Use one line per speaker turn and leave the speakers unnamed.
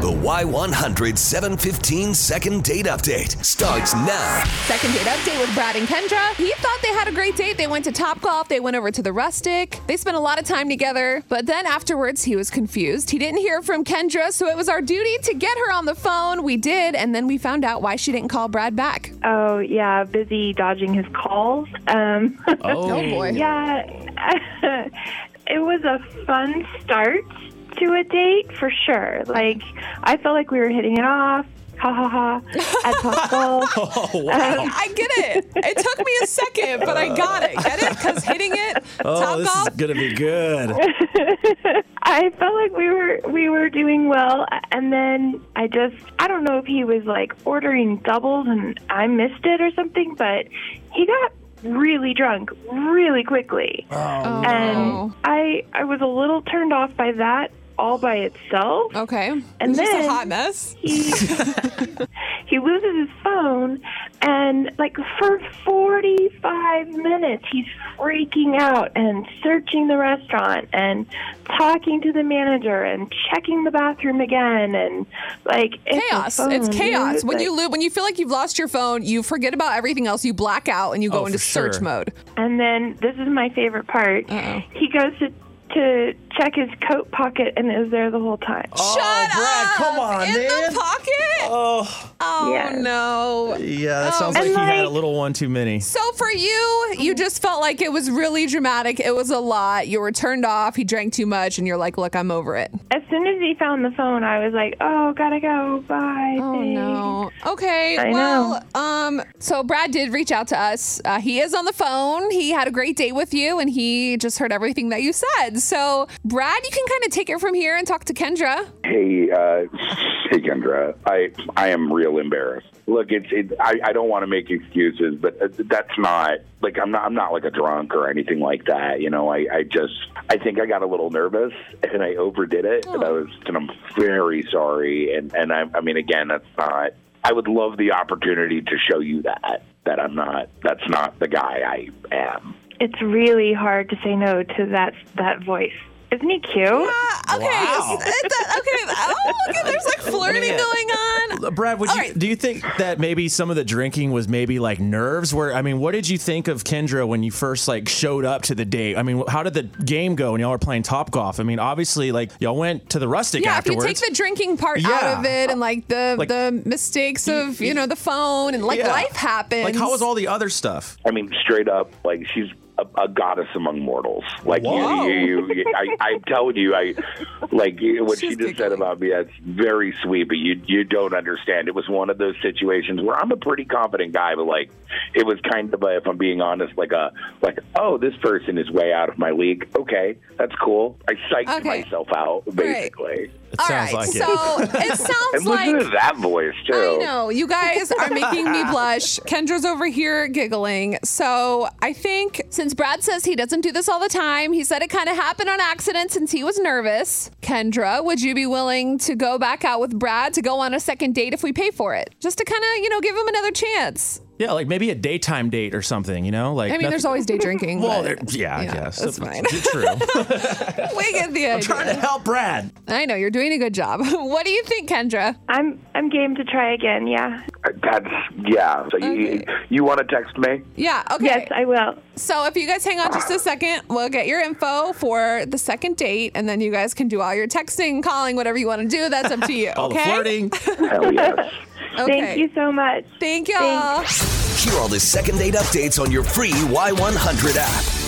The Y100 715 second date update starts now.
Second date update with Brad and Kendra. He thought they had a great date. They went to Topgolf, they went over to the Rustic. They spent a lot of time together, but then afterwards he was confused. He didn't hear from Kendra, so it was our duty to get her on the phone. We did, and then we found out why she didn't call Brad back.
Oh yeah, busy dodging his calls. Um,
Oh, boy.
yeah, it was a fun start to a date for sure. Like I felt like we were hitting it off. Ha ha ha! At Topgolf.
I get it. It took me a second, but I got it. Get it? Because hitting it,
Oh, this is
Topgolf.
gonna be good.
I felt like we were we were doing well, and then I just I don't know if he was like ordering doubles and I missed it or something, but he got really drunk really quickly.
Oh.
and I I was a little turned off by that all by itself.
Okay.
And
just a
then-
hot mess.
He he loses his phone, and like for 45 minutes, he's freaking out and searching the restaurant and talking to the manager and checking the bathroom again and like it's his
chaos. It's
phone,
chaos.
dude.
When
Like-
you lo- when you feel like you've lost your phone, you forget about everything else. You black out and you go
Oh,
into
for
search
sure.
mode.
And then this is my favorite part.
Uh-oh.
He goes to to check his coat pocket and is there the whole time.
Oh,
Shut
Brad,
up!
come on,
In
man.
the pocket.
Oh,
Oh
Yes.
no.
yeah, that sounds
And
like he had a
like-
little one too many.
So for you, you just felt like it was really dramatic. It was a lot. You were turned off. He drank too much, and you're like, "Look, I'm over it."
As soon as he found the phone, I was like, "Oh, gotta go. Bye."
Oh
thanks."
no. Okay.
I
well, um, so Brad did reach out to us. Uh, he is on the phone. He had a great date with you, and he just heard everything that you said. So Brad, you can kind of take it from here and talk to Kendra.
Hey, uh, hey, Kendra. I I am real embarrassed. Look, it's it, I, I don't want to make excuses, but uh, that's not like I'm not I'm not like a drunk or anything like that. You know, I I just I think I got a little nervous and I overdid it, and I was and I'm very sorry. And and I I mean again, that's not. I would love the opportunity to show you that that I'm not that's not the guy I am.
It's really hard to say no to that that voice. Isn't he cute?
Uh, okay.
Wow.
s- uh, that- okay. Oh, okay. There's like flirting
Man.
going on.
Uh, Brad, would you
Alright.
do you think that maybe some of the drinking was maybe like nerves? Where I mean, what did you think of Kendra when you first like showed up to the date? I mean, how did the game go when y'all were playing top golf? I mean, obviously, like y'all went to the rustic
Yeah,
afterwards.
if you take the drinking part out
Yeah.
of it and like the
Like-
the mistakes of you know the phone and like
Yeah.
life happens.
like, how was all the other stuff?
I mean, straight up, like she's a, a goddess among mortals. Like you,
Whoa.
you, you, I, I'm telling you, I like you, what
She's
she just
giggling.
said about me. That's very sweet, but you you don't understand. It was one of those situations where I'm a pretty confident guy, but like it was kind of, a, if I'm being honest, like a like oh, this person is way out of my league. Okay, that's cool. I psyched
Okay.
myself out basically.
It
All
sounds
right.
like it.
so it, sounds
And listen
like
to that voice too.
I know. You guys are making me blush. Kendra's over here giggling. So I think since Brad says he doesn't do this all the time, he said it kind of happened on accident since he was nervous. Kendra, would you be willing to go back out with Brad to go on a second date if we pay for it? Just to kind of, you know, give him another chance.
Yeah, like maybe a daytime date or something. You know, like
I mean,
nothing-
there's always day drinking.
well, there,
but
yeah,
yeah,
I guess
that's fine.
True.
we get the idea.
Trying to help Brad.
I know you're doing a good job. what do you think, Kendra?
I'm I'm game to try again. Yeah.
That's yeah. So you
Okay.
you want to text me?
Yeah. Okay.
Yes, I will.
So if you guys hang on just a second, we'll get your info for the second date, and then you guys can do all your texting, calling, whatever you want to do. That's up to you.
All
okay.
the flirting.
Hell yes.
Okay.
Thank you so much.
Thank y'all.
Hear all the second date updates on your free Y100 app.